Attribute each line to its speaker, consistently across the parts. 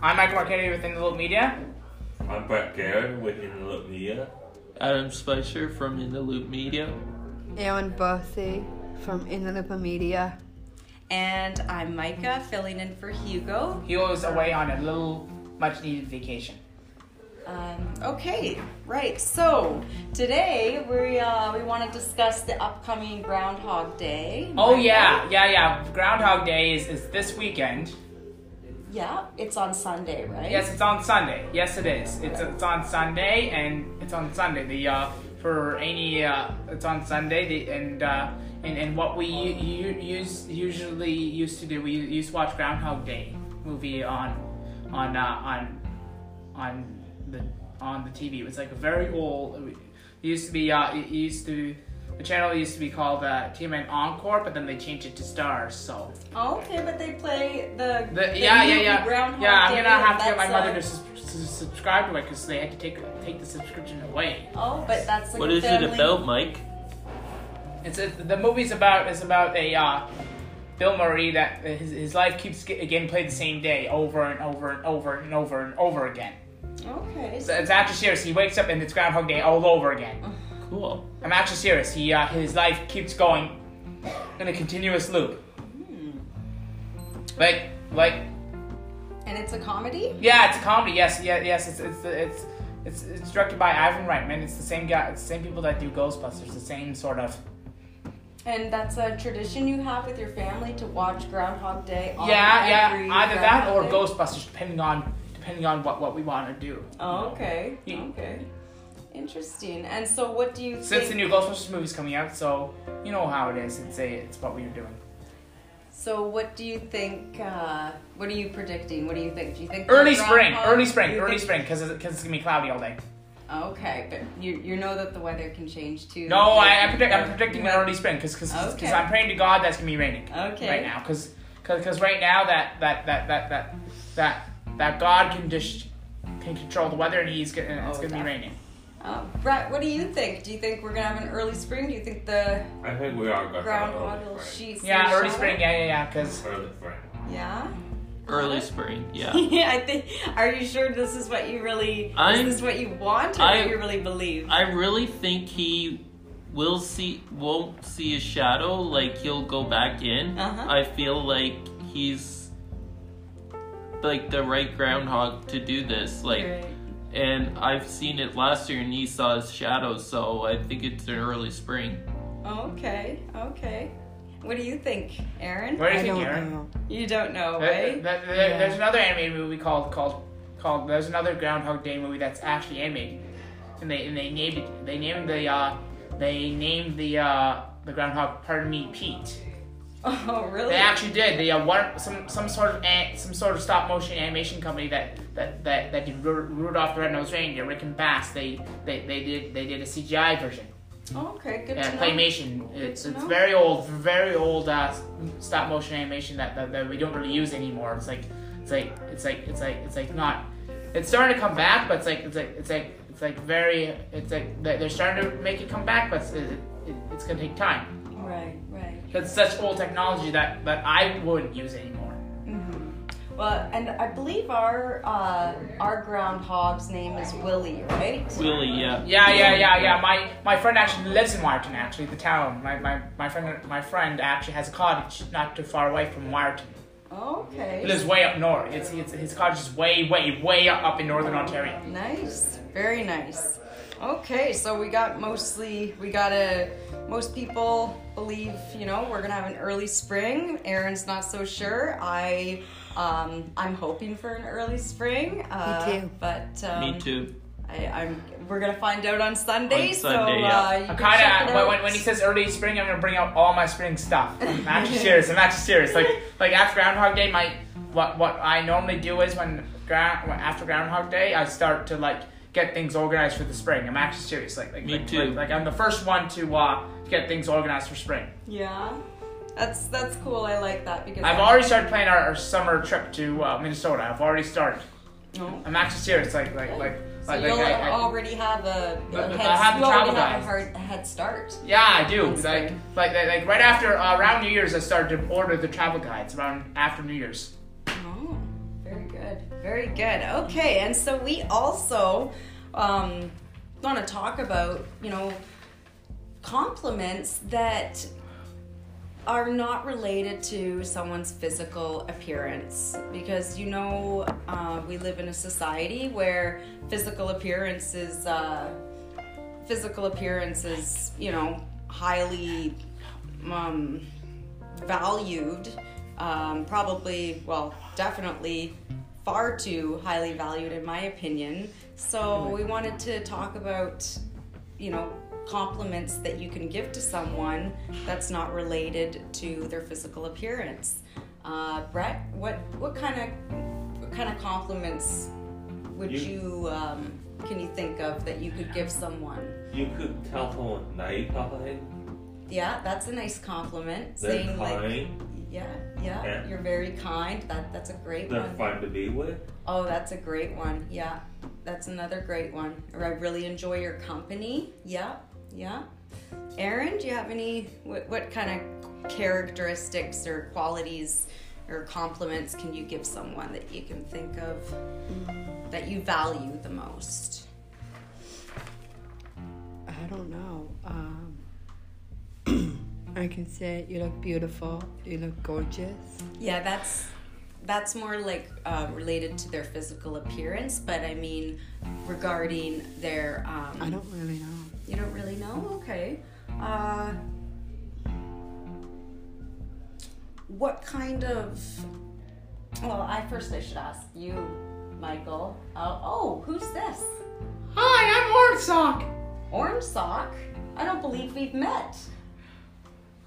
Speaker 1: I'm Michael Marchetti with In the Loop Media.
Speaker 2: I'm Brett Garrett with In the Loop Media.
Speaker 3: Adam Spicer from In the Loop Media.
Speaker 4: Aaron Berthy from In the Loop Media.
Speaker 5: And I'm Micah, filling in for Hugo.
Speaker 1: He was away on a little much needed vacation.
Speaker 5: Um, okay, right. So today we uh, we want to discuss the upcoming Groundhog Day.
Speaker 1: Oh, yeah, yeah, yeah. Groundhog Day is, is this weekend.
Speaker 5: Yeah, it's on Sunday, right?
Speaker 1: Yes, it's on Sunday. Yes, it is. It's, it's on Sunday, and it's on Sunday. The uh, for any uh, it's on Sunday, the, and uh, and and what we u- u- use usually used to do, we used to watch Groundhog Day movie on on uh, on on the on the TV. It was like a very old. It used to be uh, it used to the channel used to be called uh, TMN Encore, but then they changed it to Stars. So.
Speaker 5: Oh, okay, but they play the,
Speaker 1: The,
Speaker 5: the
Speaker 1: yeah, yeah,
Speaker 5: movie
Speaker 1: yeah.
Speaker 5: Groundhog
Speaker 1: yeah, I'm
Speaker 5: Day,
Speaker 1: gonna have to get
Speaker 5: that's,
Speaker 1: my mother to,
Speaker 5: uh,
Speaker 1: sus- to subscribe to it because they had to take take the subscription away.
Speaker 5: Oh, but that's like
Speaker 3: What
Speaker 5: a
Speaker 3: is it
Speaker 5: family-
Speaker 3: about, Mike?
Speaker 1: It's a, the movie's about is about a uh, Bill Murray that his, his life keeps ge- getting played the same day over and over and over and over and over again.
Speaker 5: Okay,
Speaker 1: So it's actually serious. He wakes up and it's Groundhog Day all over again.
Speaker 5: Mm-hmm.
Speaker 3: Cool.
Speaker 1: I'm actually serious. He uh, his life keeps going in a continuous loop.
Speaker 5: Hmm.
Speaker 1: Like like
Speaker 5: and it's a comedy.
Speaker 1: Yeah, it's a comedy. Yes, yeah, yes. It's it's it's it's, it's directed by Ivan Reitman. It's the same guy. It's the same people that do Ghostbusters. The same sort of.
Speaker 5: And that's a tradition you have with your family to watch Groundhog Day. On
Speaker 1: yeah, yeah.
Speaker 5: every
Speaker 1: Either that or
Speaker 5: Groundhog Day?
Speaker 1: Ghostbusters, depending on depending on what what we want to do.
Speaker 5: Oh, okay,
Speaker 1: Yeah.
Speaker 5: okay, interesting. And so, what do you
Speaker 1: Since the
Speaker 5: think?
Speaker 1: new Ghostbusters movie's coming out, so you know how it is. It's a it's what we are doing.
Speaker 5: so, what do you think? Uh, what are you predicting? What do you think? Do you think
Speaker 1: Early
Speaker 5: the
Speaker 1: spring,
Speaker 5: Groundhog-
Speaker 1: early spring,
Speaker 5: you
Speaker 1: early
Speaker 5: think-
Speaker 1: spring, because because it's gonna be cloudy all day.
Speaker 5: Okay, but you you know that the weather can change too.
Speaker 1: No, I, I predict, I'm predicting an
Speaker 5: When-
Speaker 1: early spring because because
Speaker 5: Okay.
Speaker 1: I'm praying to God that's gonna be raining
Speaker 5: Okay.
Speaker 1: right now because because right now that that that that that that that God can just can control the weather and he's gonna and it's
Speaker 5: Oh,
Speaker 1: gonna be
Speaker 5: that-
Speaker 1: raining.
Speaker 5: Uh, Brett, what do you think? Do you think we're gonna have an early spring? Do you think the
Speaker 2: I think we are going to have
Speaker 5: groundhog
Speaker 2: early
Speaker 5: will
Speaker 2: spring.
Speaker 5: sheet?
Speaker 1: Yeah, early spring. Yeah, yeah, yeah. Because
Speaker 2: Early spring.
Speaker 5: Yeah.
Speaker 3: Early spring, yeah.
Speaker 5: yeah, I think. Are you sure this is what you really?
Speaker 3: I'm-
Speaker 5: this is what you want, or
Speaker 3: I-
Speaker 5: what you really believe?
Speaker 3: I really think he will see won't see a shadow, like he'll go back in.
Speaker 5: Uh-huh.
Speaker 3: I feel like he's like the right groundhog to do this. Like and I've seen it last year and he saw his shadow, so I think it's an early spring.
Speaker 5: Okay. Okay. What do you think, Aaron?
Speaker 1: where do you
Speaker 4: I
Speaker 1: think
Speaker 4: don't
Speaker 1: Aaron?
Speaker 4: know.
Speaker 5: You don't know,
Speaker 1: There-
Speaker 5: right?
Speaker 1: there- there- There's another animated movie called called called. There's another Groundhog Day movie that's actually animated, and they and they named it. They named the uh they named the uh the groundhog. Pardon me, Pete.
Speaker 5: Oh, really?
Speaker 1: They actually did. They uh, one some some sort of an, some sort of stop motion animation company that that that, that did Ru- Rudolph the Red Nosed Reindeer, Rick and Bass. They, they they did they did a CGI version.
Speaker 5: okay. Good
Speaker 1: Yeah,
Speaker 5: to know.
Speaker 1: claymation. It's
Speaker 5: to
Speaker 1: it's
Speaker 5: know.
Speaker 1: very old, very old uh, stop motion animation that, that that we don't really use anymore. It's like it's like it's like it's like it's like not. It's starting to come back, but it's like it's like it's like it's like very it's like they- they're starting to make it come back, but it's, it, it, it's gonna take time.
Speaker 5: Right. Right.
Speaker 1: It's such old technology that that I wouldn't use anymore.
Speaker 5: Mm-hmm. Well, and I believe our uh, our groundhog's name is Willie, right?
Speaker 3: Willie, yeah.
Speaker 1: Yeah, yeah, yeah, yeah. My my friend actually lives in Wyerton, actually, the town. My my, my friend my friend actually has a cottage not too far away from Wyerton. He
Speaker 5: Okay.
Speaker 1: lives way up north. It's, it's his cottage is way, way, way up in northern Ontario.
Speaker 5: Nice. Very nice. Okay, so we got mostly we got a most people believe, you know, we're gonna have an early spring. Aaron's not so sure. I um, I'm hoping for an early spring. Uh,
Speaker 4: too.
Speaker 5: But um,
Speaker 3: Me too.
Speaker 5: I, I'm we're gonna find out on Sunday.
Speaker 3: On
Speaker 5: so
Speaker 3: Sunday, yeah.
Speaker 5: uh, you
Speaker 1: I'm
Speaker 5: can check
Speaker 1: kind of
Speaker 5: it
Speaker 1: when,
Speaker 5: out.
Speaker 1: when- when he says early spring, I'm gonna bring out all my spring stuff. I'm actually serious. I'm actually serious. Like like after Groundhog Day, my what what I normally do is when ground when, after Groundhog Day, I start to like get things organized for the spring. I'm actually serious. Like like
Speaker 3: Me
Speaker 1: like,
Speaker 3: too.
Speaker 1: Like, like, I'm the first one to uh, get things organized for spring.
Speaker 5: Yeah. That's that's cool. I like that because
Speaker 1: I've already started planning our, our summer trip to uh, Minnesota. I've already started.
Speaker 5: No.
Speaker 1: I'm actually serious. Like like like
Speaker 5: So
Speaker 1: like,
Speaker 5: you'll
Speaker 1: like I- I-
Speaker 5: already have a, a
Speaker 1: But- but
Speaker 5: head,
Speaker 1: I have
Speaker 5: you
Speaker 1: the
Speaker 5: already
Speaker 1: travel
Speaker 5: have a
Speaker 1: guide.
Speaker 5: hard, a head start.
Speaker 1: Yeah, I do.
Speaker 5: That's
Speaker 1: Like,
Speaker 5: good.
Speaker 1: like, like, like right after uh, around New Year's, I started to order the travel guides around after New Year's.
Speaker 5: Oh, very good. Good. Very good. Okay, and so we also um, want to talk about, you know, compliments that are not related to someone's physical appearance because you know uh, we live in a society where physical appearance is uh, physical appearance is you know highly um, valued um, probably well definitely far too highly valued in my opinion so we wanted to talk about you know compliments that you can give to someone that's not related to their physical appearance. Uh, Brett, what what kind of what kind of compliments would
Speaker 2: You-
Speaker 5: you, um, can you think of that you could give someone?
Speaker 2: You could tell someone nice behind.
Speaker 5: Yeah, that's a nice compliment.
Speaker 2: They're
Speaker 5: Saying like,
Speaker 2: kind.
Speaker 5: yeah, yeah,
Speaker 2: Yeah.
Speaker 5: you're very kind. That that's a great
Speaker 2: they're
Speaker 5: one.
Speaker 2: fun to be with.
Speaker 5: Oh, that's a great one. Yeah, that's another great one. Or I really enjoy your company. Yeah, yeah. Aaron, do you have any? What, what kind of characteristics or qualities or compliments can you give someone that you can think of that you value the most?
Speaker 4: I don't know. Um, I can say you look beautiful. You look gorgeous.
Speaker 5: Yeah, that's that's more like uh, related to their physical appearance, but I mean regarding their. Um,
Speaker 4: I don't really know.
Speaker 5: You don't really know? Okay. Uh, what kind of. Well, I first I should ask you, Michael. Uh, oh, who's this?
Speaker 1: Hi, I'm Orange Sock.
Speaker 5: Orange Sock? I don't believe we've met.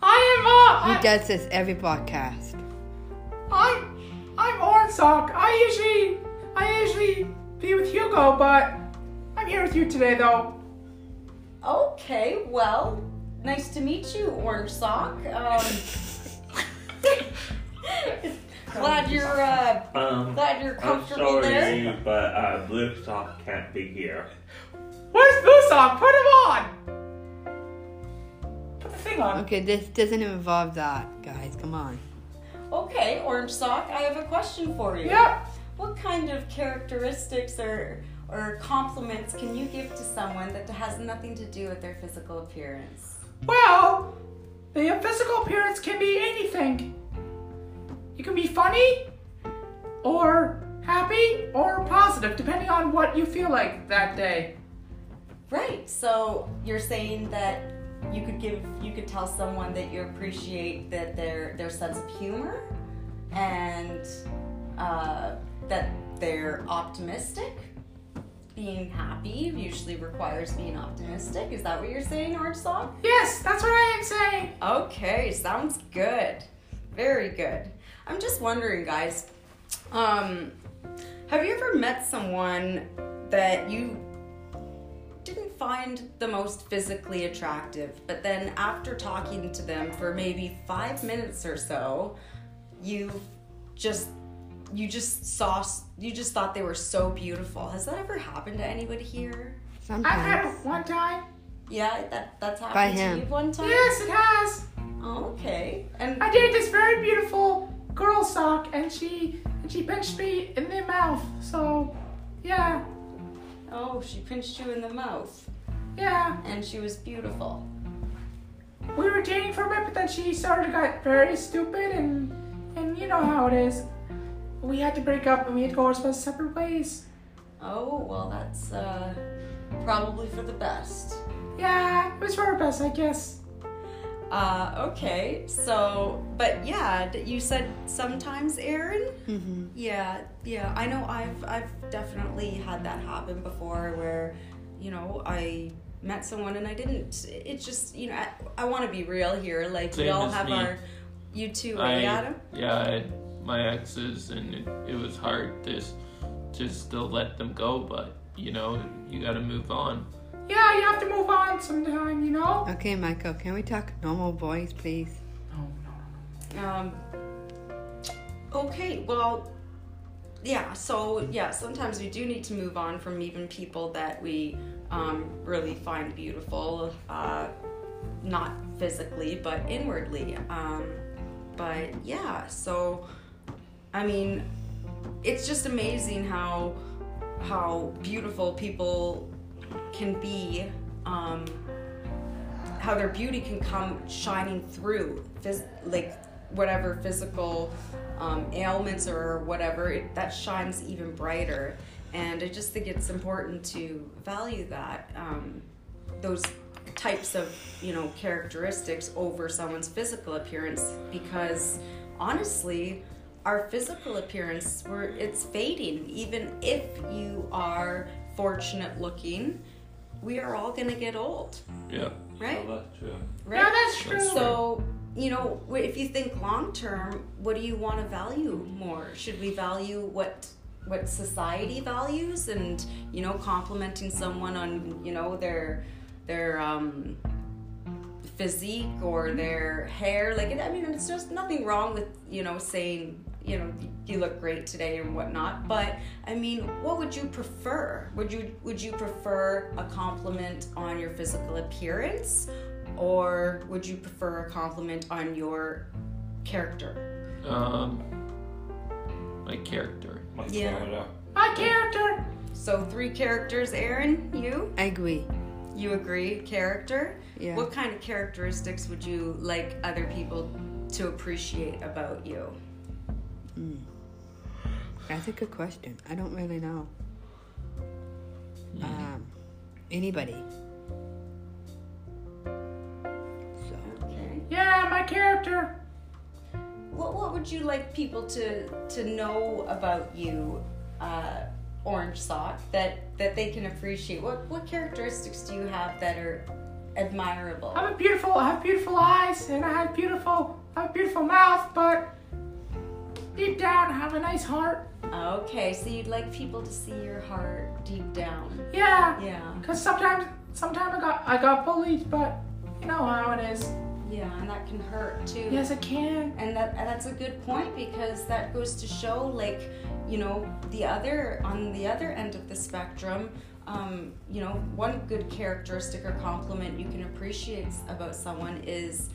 Speaker 1: I am
Speaker 4: He
Speaker 1: uh,
Speaker 4: does this every podcast.
Speaker 1: I, I, I'm Orange Sock. I usually, I usually be with Hugo, but I'm here with you today, though.
Speaker 5: Okay, well, nice to meet you, Orange Sock. Um, glad you're uh,
Speaker 2: Um,
Speaker 5: glad you're
Speaker 2: I'm
Speaker 5: comfortable
Speaker 2: sorry,
Speaker 5: there.
Speaker 2: but uh, Blue Sock can't be here.
Speaker 1: Where's Blue Sock? Put him on. Put the thing on.
Speaker 4: Okay, this doesn't involve that, guys. Come on.
Speaker 5: Okay, Orange Sock, I have a question for you.
Speaker 1: Yep.
Speaker 5: What kind of characteristics or or compliments can you give to someone that has nothing to do with their physical appearance?
Speaker 1: Well, the physical appearance can be anything. You can be funny, or happy, or positive, depending on what you feel like that day.
Speaker 5: Right. So you're saying that you could give you could tell someone that you appreciate that their their sense of humor and uh, that they're optimistic. Being happy usually requires being optimistic. Is that what you're saying, Orange Sock?
Speaker 1: Yes, that's what I am saying.
Speaker 5: Okay, sounds good. Very good. I'm just wondering, guys, um, have you ever met someone that you didn't find the most physically attractive, but then after talking to them for maybe five minutes or so, you just you just saw s- you just thought they were so beautiful. Has that ever happened to anybody here?
Speaker 1: I've had
Speaker 4: Sometimes.
Speaker 1: it one time.
Speaker 5: Yeah, that that's happened
Speaker 4: him.
Speaker 5: to you one time.
Speaker 1: Yes, it has.
Speaker 5: Oh, okay. And
Speaker 1: I dated this very beautiful girl sock, and she and she pinched me in the mouth. So, yeah,
Speaker 5: Oh, she pinched you in the mouth,
Speaker 1: yeah.
Speaker 5: and she was beautiful.
Speaker 1: We were dating for a bit, but then she started to get very stupid, and and you know how it is. We had to break up, and we had to go our sep- separate ways.
Speaker 5: Oh, well, that's uh, probably for the best.
Speaker 1: Yeah, it was for our best, I guess.
Speaker 5: Uh, okay, so, but yeah, d- you said sometimes, Aaron.
Speaker 4: hmm
Speaker 5: Yeah, yeah. I know I've I've definitely had that happen before where, you know, I met someone and I didn't it's just, you know, I, I want to be real here. Like we
Speaker 3: Same
Speaker 5: all
Speaker 3: as
Speaker 5: have
Speaker 3: me.
Speaker 5: our you too,
Speaker 3: I
Speaker 5: right, Adam?
Speaker 3: yeah, I had my exes, and it, it was hard to s- just to let them go, but you know you got to move on.
Speaker 1: Yeah, you have to move on sometime, you know.
Speaker 4: Okay, Michael, can we talk normal voice, please?
Speaker 1: No, no.
Speaker 5: Um, okay, well, yeah, so yeah, sometimes we do need to move on from even people that we um, really find beautiful, uh, not physically, but inwardly. Um, but yeah, so I mean, it's just amazing how how beautiful people can be um, how their beauty can come shining through phys- like whatever physical um, ailments or whatever it, that shines even brighter and i just think it's important to value that um, those types of you know characteristics over someone's physical appearance because honestly our physical appearance we're, it's fading even if you are fortunate looking we are all going to get old
Speaker 3: Yeah.
Speaker 5: right
Speaker 2: Well, that's true.
Speaker 5: right
Speaker 1: that's true.
Speaker 5: so you know wh- if you think long term what do you want to value more should we value what what society values and you know complimenting someone on you know their their um physique or their hair like it, i mean it's just nothing wrong with you know saying you know you look great today and whatnot but i mean what would you prefer would you would you prefer a compliment on your physical appearance or would you prefer a compliment on your character?
Speaker 3: Um, my character.
Speaker 2: My
Speaker 5: Yeah.
Speaker 2: Florida.
Speaker 1: My character.
Speaker 5: So three characters, Aaron. You
Speaker 4: I agree.
Speaker 5: you agree? Character.
Speaker 4: Yeah.
Speaker 5: What kind of characteristics would you like other people to appreciate about you?
Speaker 4: That's a good question. I don't really know. Um, anybody. So
Speaker 5: Okay.
Speaker 1: Yeah, my character.
Speaker 5: What What would you like people to to know about you, uh, Orange Sock? That that they can appreciate. What What characteristics do you have that are admirable?
Speaker 1: I have a beautiful, I have beautiful eyes, and I have beautiful, I have beautiful mouth, but deep down, I have a nice heart.
Speaker 5: Okay, so you'd like people to see your heart deep down.
Speaker 1: Yeah,
Speaker 5: Yeah.
Speaker 1: because sometimes, sometimes I got, I got bullied, but you know how it is.
Speaker 5: Yeah, and that can hurt too.
Speaker 1: Yes, I can.
Speaker 5: And that and that's a good point because that goes to show, like, you know, the other on the other end of the spectrum, um, you know, one good characteristic or compliment you can appreciate about someone is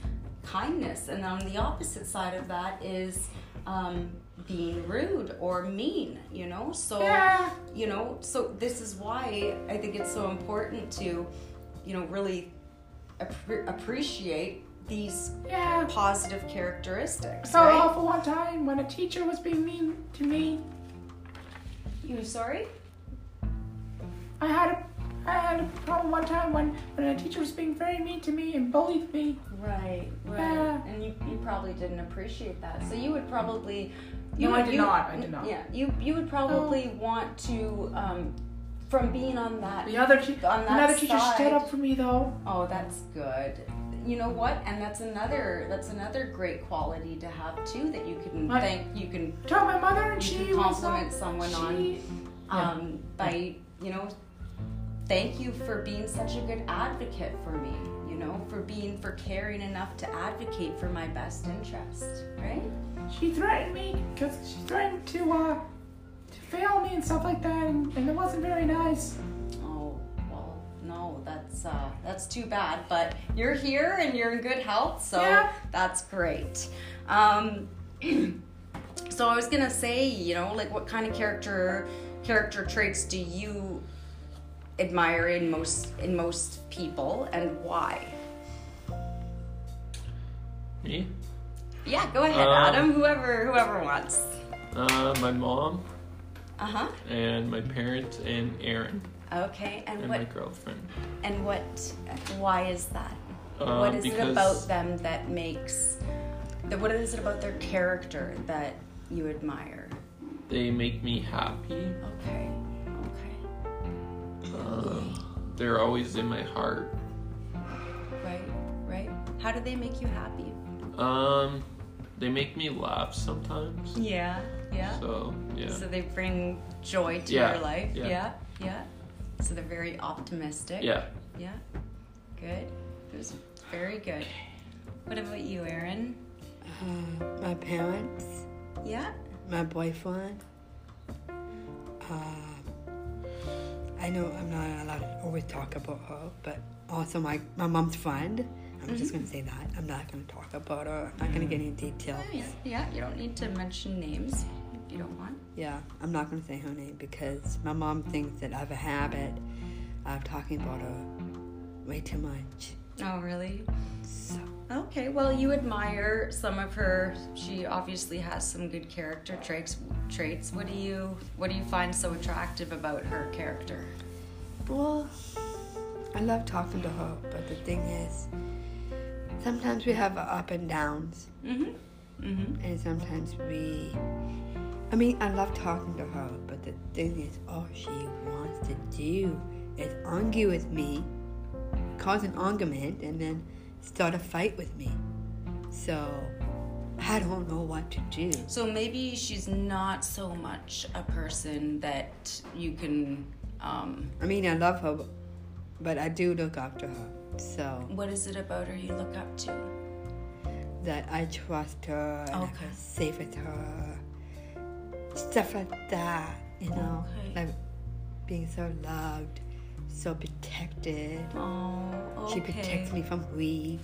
Speaker 5: kindness, and on the opposite side of that is um, being rude or mean. You know, so
Speaker 1: Yeah.
Speaker 5: you know so this is why i think it's so important to you know really appre appreciate these
Speaker 1: Yeah. Oh.
Speaker 5: positive characteristics
Speaker 1: So
Speaker 5: right?
Speaker 1: awful one time when a teacher was being mean to me.
Speaker 5: you sorry
Speaker 1: I had a, I had a problem one time when, when a teacher was being very mean to me and bullied me.
Speaker 5: right right
Speaker 1: Yeah.
Speaker 5: and you, you probably didn't appreciate that so you would probably
Speaker 1: No,
Speaker 5: you,
Speaker 1: I did
Speaker 5: you-
Speaker 1: not. I did not. Oh.
Speaker 5: yeah you you would probably want to um from being on that
Speaker 1: The other, te-
Speaker 5: On that
Speaker 1: another teacher
Speaker 5: side.
Speaker 1: stood up for me though.
Speaker 5: Oh, that's good. You know what? And that's another that's another great quality to have too that you can
Speaker 1: Right.
Speaker 5: thank you can
Speaker 1: Told my mother and
Speaker 5: You
Speaker 1: she
Speaker 5: can
Speaker 1: was
Speaker 5: compliment
Speaker 1: like,
Speaker 5: someone
Speaker 1: she,
Speaker 5: um by you know thank you for being such a good advocate for me, you know, for being for caring enough to advocate for my best interest, right?
Speaker 1: she threatened me because she threatened to uh to fail me and stuff like that and, and it wasn't very nice
Speaker 5: Oh, well, no, that's uh, that's too bad. But you're here and you're in good health, so
Speaker 1: Yeah.
Speaker 5: that's great. Um, so I was gonna say, you know, like what kind of character character traits do you admire in most in most people, and why?
Speaker 3: Me?
Speaker 5: Yeah, go ahead,
Speaker 3: Um,
Speaker 5: Adam. Whoever whoever wants.
Speaker 3: Uh, my mom
Speaker 5: Uh huh.
Speaker 3: and my parents and Aaron
Speaker 5: Okay, and,
Speaker 3: and
Speaker 5: what
Speaker 3: my girlfriend.
Speaker 5: and what? Why is that?
Speaker 3: Um,
Speaker 5: what is it
Speaker 3: because-
Speaker 5: about them that makes the, what is it about their character that you admire
Speaker 3: They make me happy.
Speaker 5: okay okay
Speaker 3: Um, they're always in my heart.
Speaker 5: right right how do they make you happy
Speaker 3: Um, they make me laugh sometimes.
Speaker 5: yeah yeah
Speaker 3: So yeah,
Speaker 5: so they bring joy to
Speaker 3: Yeah,
Speaker 5: your life
Speaker 3: yeah.
Speaker 5: yeah yeah so they're very optimistic
Speaker 3: yeah.
Speaker 5: yeah good it was very good what about you aaron
Speaker 4: uh, my parents,
Speaker 5: yeah
Speaker 4: my boyfriend. Um, I know I'm not allowed to always talk about her, but also my my mom's friend. I'm just gonna say that.
Speaker 5: Oh,
Speaker 4: I'm not gonna talk about her. I'm not gonna get any details.
Speaker 5: yeah yeah you don't need to mention names You don't want?
Speaker 4: Yeah, I'm not going to say her name because my mom thinks that I have a habit of talking about her way too much.
Speaker 5: Oh, really?
Speaker 4: So,
Speaker 5: Okay, well, you admire some of her. She obviously has some good character traits. Traits. What do you What do you find so attractive about her character?
Speaker 4: well, I love talking to her, but the thing is, sometimes we have our up and downs,
Speaker 5: Mm-hmm. Mm-hmm.
Speaker 4: and sometimes we. I mean, I love talking to her, but the thing is, all she wants to do is argue with me, cause an argument, and then start a fight with me. So, I don't know what to do.
Speaker 5: So maybe she's not so much a person that you can. Um,
Speaker 4: I mean, I love her, but I do look after her. So
Speaker 5: what is it about her you look up to?
Speaker 4: that I trust her and I
Speaker 5: Okay.
Speaker 4: feel safe with her. Stuff like that, you know?
Speaker 5: Okay.
Speaker 4: Like being so loved, so protected.
Speaker 5: Oh, okay.
Speaker 4: She protects me from weed.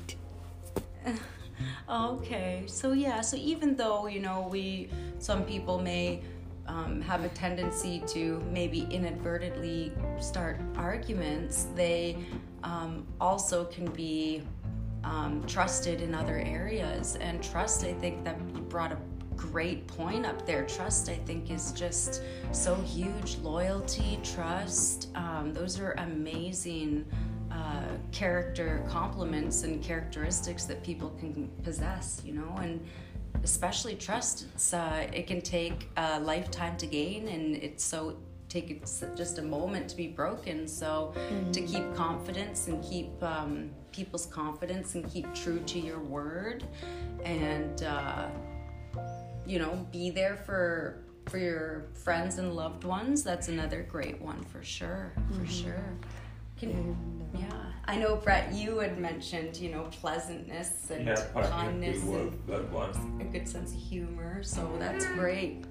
Speaker 5: Okay, so yeah, so even though you know we, some people may um, have a tendency to maybe inadvertently start arguments, they um, also can be um, trusted in other areas. And trust, I think that you brought a great point up there. Trust, I think, is just so huge. Loyalty, trust, um, those are amazing uh, character compliments and characteristics that people can possess, you know, and especially trust. It's, uh, it can take a lifetime to gain, and it's so take it's just a moment to be broken. So to keep confidence and keep um, people's confidence and keep true to your word, and uh, you know, be there for for your friends and loved ones. That's another great one for sure, for
Speaker 4: Mm-hmm.
Speaker 5: sure. Can, yeah, I know, Brett. You had mentioned, you know, pleasantness and
Speaker 2: Yeah, partner
Speaker 5: kindness
Speaker 2: would
Speaker 5: and
Speaker 2: work good one.
Speaker 5: a good sense of humor, so that's
Speaker 4: Mm-hmm.
Speaker 5: great.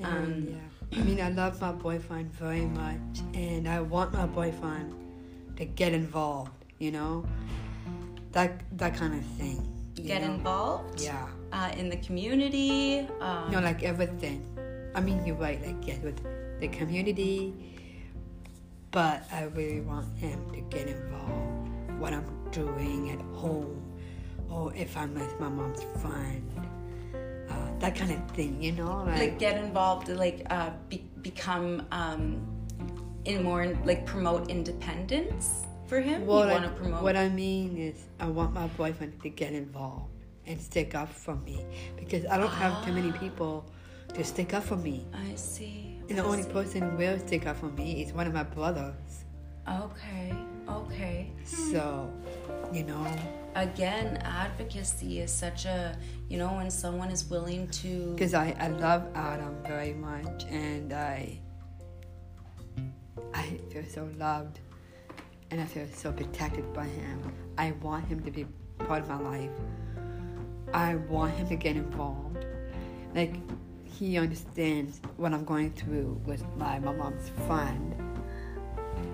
Speaker 4: And,
Speaker 5: Um,
Speaker 4: yeah. I mean, I love my boyfriend very much, and I want my boyfriend to get involved, you know? That, that kind of thing. you
Speaker 5: Get
Speaker 4: know?
Speaker 5: involved
Speaker 4: Yeah.
Speaker 5: uh, in the community. Um,
Speaker 4: No, like everything. I mean, you're right, like, yes, with the community, but I really want him to get involved what I'm doing at home or if I'm with my mom's friend, uh, that kind of thing, you know?
Speaker 5: like
Speaker 4: Like,
Speaker 5: get involved, like uh, be- become um, in more like promote independence for him.
Speaker 4: what,
Speaker 5: you
Speaker 4: I,
Speaker 5: want to promote.
Speaker 4: what I mean is, I want my boyfriend to get involved and stick up for me because I don't have too
Speaker 5: Ah.
Speaker 4: many people to stick up for me.
Speaker 5: I see.
Speaker 4: And the
Speaker 5: I
Speaker 4: only
Speaker 5: see.
Speaker 4: person who will stick up for me is one of my brothers.
Speaker 5: Okay. Okay.
Speaker 4: So, you know,
Speaker 5: Again, advocacy is such a you know when someone is willing to
Speaker 4: because I, I love Adam very much and I I feel so loved and I feel so protected by him. I want him to be part of my life. I want him to get involved. Like he understands what I'm going through with my, my mom's friend.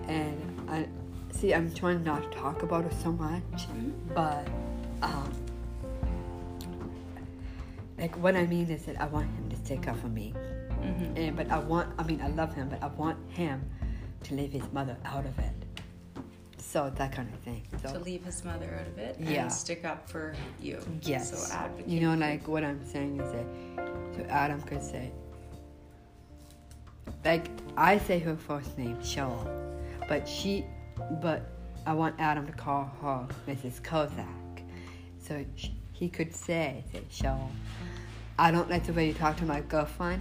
Speaker 4: And I see I'm trying not to talk about it so much, but um like what I mean is that I want him to stick up for me,
Speaker 5: mm-hmm,
Speaker 4: and but I want I mean I love him, but I want him to leave his mother out of it. So that kind of thing. So
Speaker 5: to leave his mother out of it
Speaker 4: Yeah.
Speaker 5: and stick up for you.
Speaker 4: yes,
Speaker 5: So advocate.
Speaker 4: you know, like what I'm saying is that so Adam could say, like I say her first name Cheryl, but she, but I want Adam to call her Mrs. Kozak, so sh- he could say that Cheryl. I don't like the way you talk to my girlfriend.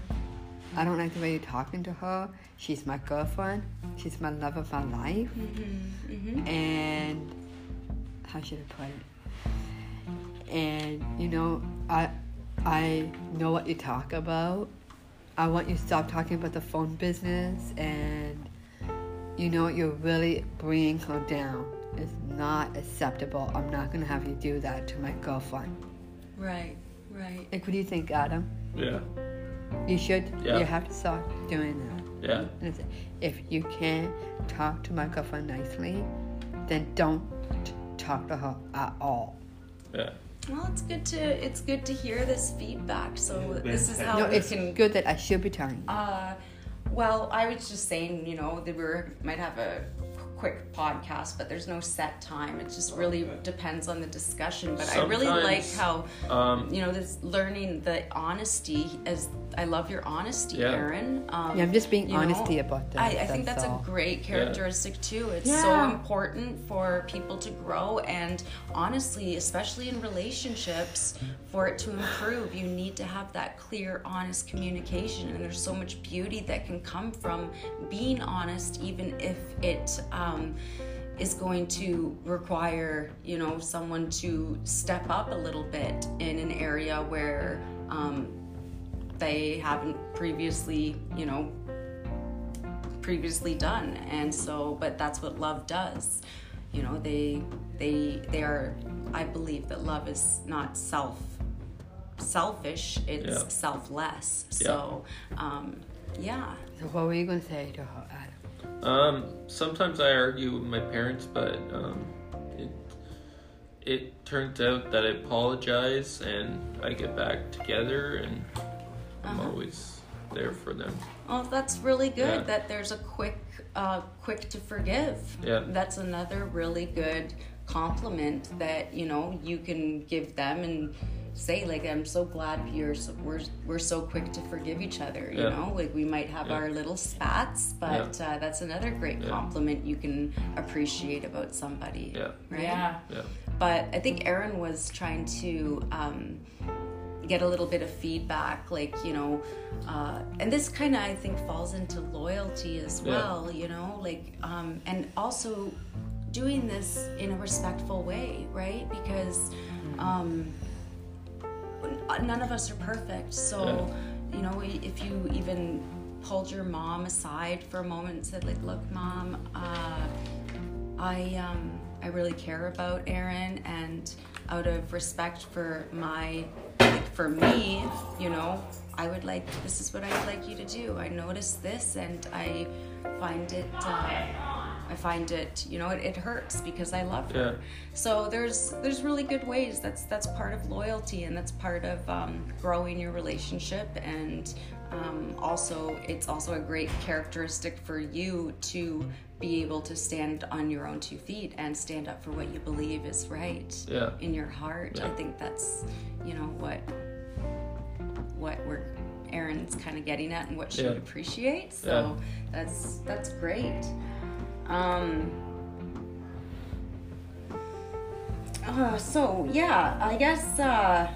Speaker 4: I don't like the way you're talking to her. She's my girlfriend. She's my love of my life.
Speaker 5: Mm-hmm.
Speaker 4: And how should I put it? And you know, I I know what you talk about. I want you to stop talking about the phone business and you know you're really bringing her down. It's not acceptable. I'm not gonna have you do that to my girlfriend.
Speaker 5: Right. Right.
Speaker 4: Like, what do you think, Adam?
Speaker 3: Yeah.
Speaker 4: You should.
Speaker 3: Yeah.
Speaker 4: You have to stop doing that.
Speaker 3: Yeah.
Speaker 4: And I said, if you can't talk to my girlfriend nicely, then don't t- talk to her at all.
Speaker 3: Yeah.
Speaker 5: Well, it's good to it's good to hear this feedback. So this is how
Speaker 4: No,
Speaker 5: we
Speaker 4: it's
Speaker 5: can
Speaker 4: good that I should be telling you.
Speaker 5: Uh, well, I was just saying, you know, that we are might have a quick podcast, but there's no set time. It just really depends on the discussion. But I really like how,
Speaker 3: Sometimes, um,
Speaker 5: you know, this learning the honesty as I love your honesty,
Speaker 3: Yeah.
Speaker 5: Erin. Um,
Speaker 4: Yeah, I'm just being
Speaker 5: you know,
Speaker 4: honesty about that,
Speaker 5: I, I think
Speaker 4: that's
Speaker 5: that's
Speaker 4: all.
Speaker 5: a great characteristic too. It's so
Speaker 1: Yeah.
Speaker 5: important for people to grow and honestly, especially in relationships, for it to improve, you need to have that clear, honest communication. And there's so much beauty that can come from being honest, even if it um, is going to require, you know, someone to step up a little bit in an area where um, they haven't previously, you know, previously done and so but that's what love does you know they they they are i believe that love is not self selfish it's
Speaker 3: Yeah.
Speaker 5: selfless so um yeah
Speaker 4: So what were you going to say to her, Adam?
Speaker 3: Um, sometimes I argue with my parents, but um, it it turns out that I apologize and I get back together, and I'm
Speaker 5: Uh-huh.
Speaker 3: always there for them.
Speaker 5: oh that's really good
Speaker 3: Yeah.
Speaker 5: that there's a quick uh quick to forgive
Speaker 3: Yeah.
Speaker 5: that's another really good compliment that you know you can give them and say like i'm so glad you're so, we're, we're so quick to forgive each other you
Speaker 3: Yeah.
Speaker 5: know like we might have
Speaker 3: Yeah.
Speaker 5: our little spats but uh, that's another great
Speaker 3: Yeah.
Speaker 5: compliment you can appreciate about somebody
Speaker 3: Yeah.
Speaker 5: right
Speaker 1: Yeah.
Speaker 3: Yeah,
Speaker 5: but I think Erin was trying to um, get a little bit of feedback, like you know, uh, and this kind of I think falls into loyalty as
Speaker 3: Yeah.
Speaker 5: well, you know, like um, and also doing this in a respectful way, right? Because um, n- none of us are perfect, so you know, i- if you even pulled your mom aside for a moment and said like look mom uh, I um, I really care about Aaron, and out of respect for my like for me, you know, I would like this is what I would like you to do. I noticed this, and I find it uh, I find it you know it, it hurts because I love her.
Speaker 3: Yeah.
Speaker 5: So there's there's really good ways. That's that's part of loyalty, and that's part of um, growing your relationship. And um, also, it's also a great characteristic for you to be able to stand on your own two feet and stand up for what you believe is right
Speaker 3: Yeah.
Speaker 5: in your heart. I
Speaker 3: Yeah.
Speaker 5: think that's you know what what we're Erin's kind of getting at and what she
Speaker 3: Yeah.
Speaker 5: would appreciate. So that's that's great. Um, Uh, so yeah, I guess uh,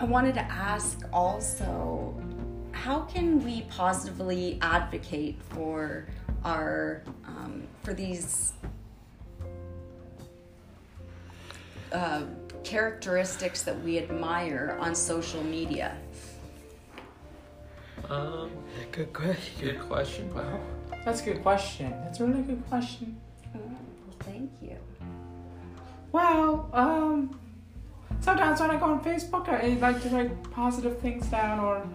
Speaker 5: I wanted to ask also, how can we positively advocate for our um, for these uh, characteristics that we admire on social media?
Speaker 3: um,
Speaker 4: Good question.
Speaker 3: good question. Wow,
Speaker 1: That's a good question. That's a really good question.
Speaker 5: Oh, well, thank you.
Speaker 1: Well, um, sometimes when I go on Facebook, I like to write positive things down or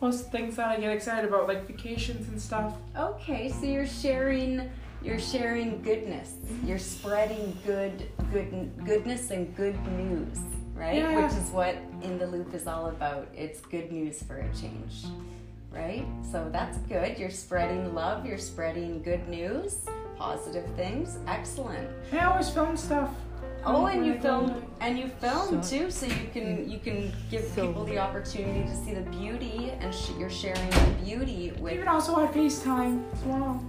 Speaker 1: post things that I get excited about, like vacations and stuff.
Speaker 5: Okay, so you're sharing you're sharing goodness. You're spreading good good goodness and good news, right?
Speaker 1: Yeah.
Speaker 5: Which is what in the loop is all about. It's good news for a change. Right? So that's good. You're spreading love, you're spreading good news, positive things. Excellent.
Speaker 1: I always film stuff.
Speaker 5: Oh, and
Speaker 1: when
Speaker 5: you
Speaker 1: I go
Speaker 5: film
Speaker 1: on-
Speaker 5: and you film too, so you can you can give
Speaker 4: So-
Speaker 5: people the opportunity to see the beauty and sh- you're sharing the beauty with
Speaker 1: Even also on FaceTime as well.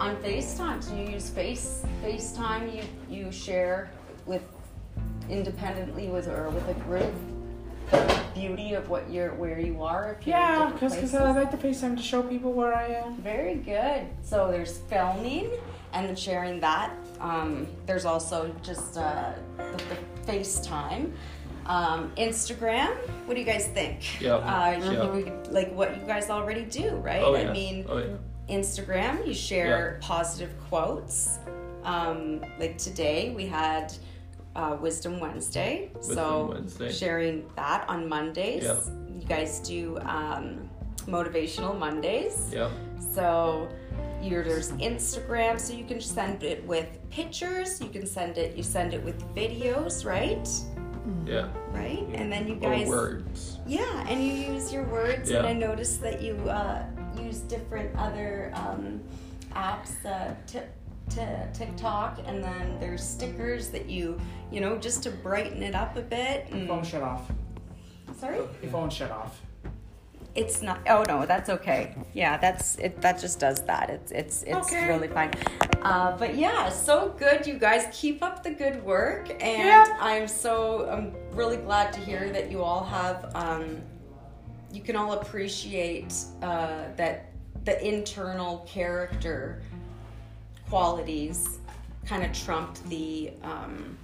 Speaker 5: on FaceTime. So you use Face FaceTime. You you share with independently with or with a group the beauty of what you're where you are. If you're in
Speaker 1: Yeah,
Speaker 5: different
Speaker 1: because I
Speaker 5: places.
Speaker 1: like the FaceTime to show people where I am.
Speaker 5: very good. So there's filming and then sharing that. Um, there's also just uh, the, the FaceTime. Um, Instagram. What do you guys think?
Speaker 3: Yeah.
Speaker 5: Uh, I think
Speaker 3: Yeah.
Speaker 5: we could, like what you guys already do, right?
Speaker 3: oh
Speaker 5: I
Speaker 3: yeah,
Speaker 5: mean,
Speaker 3: oh yeah,
Speaker 5: Instagram, you share positive quotes. Um, like today, we had uh, Wisdom Wednesday, so
Speaker 3: Wisdom Wednesday.
Speaker 5: sharing that on Mondays.
Speaker 3: Yeah.
Speaker 5: You guys do um, motivational Mondays,
Speaker 3: yeah,
Speaker 5: so Your, there's Instagram, so you can send it with pictures. You can send it. You send it with videos, right?
Speaker 3: Yeah.
Speaker 5: Right, and then you
Speaker 3: Or
Speaker 5: guys.
Speaker 3: words.
Speaker 5: Yeah, and you use your words, and
Speaker 3: Yeah.
Speaker 5: I noticed that you uh, use different other um, apps, uh, t- TikTok, and then there's stickers that you, you know, just to brighten it up a bit.
Speaker 1: Phone
Speaker 5: And,
Speaker 1: shut off.
Speaker 5: sorry,
Speaker 1: Your phone shut off.
Speaker 5: it's not. Oh no, that's okay. Yeah, that's it. That just does that. It's it's it's
Speaker 1: Okay.
Speaker 5: really fine. Uh, but yeah, so good, you guys. Keep up the good work, and
Speaker 1: Yeah.
Speaker 5: I'm so I'm really glad to hear that you all have. Um, you can all appreciate uh, that the internal character qualities kind of trumped the um,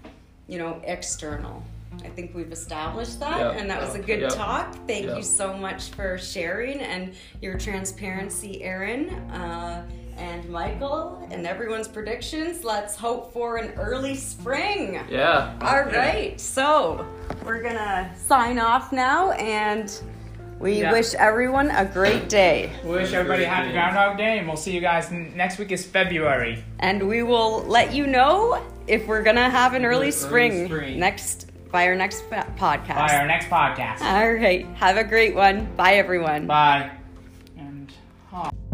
Speaker 5: you know external i think we've established that
Speaker 3: Yeah.
Speaker 5: and that was a good
Speaker 3: Yeah.
Speaker 5: talk thank
Speaker 3: Yeah.
Speaker 5: you so much for sharing and your transparency aaron uh, and michael and everyone's predictions let's hope for an early spring
Speaker 3: Yeah.
Speaker 5: all right, so we're gonna sign off now, and we
Speaker 1: Yeah.
Speaker 5: wish everyone a great day.
Speaker 1: We wish everybody a happy Groundhog Day, and we'll see you guys n- next week. Is February.
Speaker 5: And we will let you know if we're gonna have an early,
Speaker 3: Early
Speaker 5: spring,
Speaker 3: spring.
Speaker 5: next by our next fa-
Speaker 1: Bye.
Speaker 5: podcast.
Speaker 1: Our next podcast.
Speaker 5: All right, have a great one. Bye, everyone.
Speaker 1: Bye. And. oh. huh.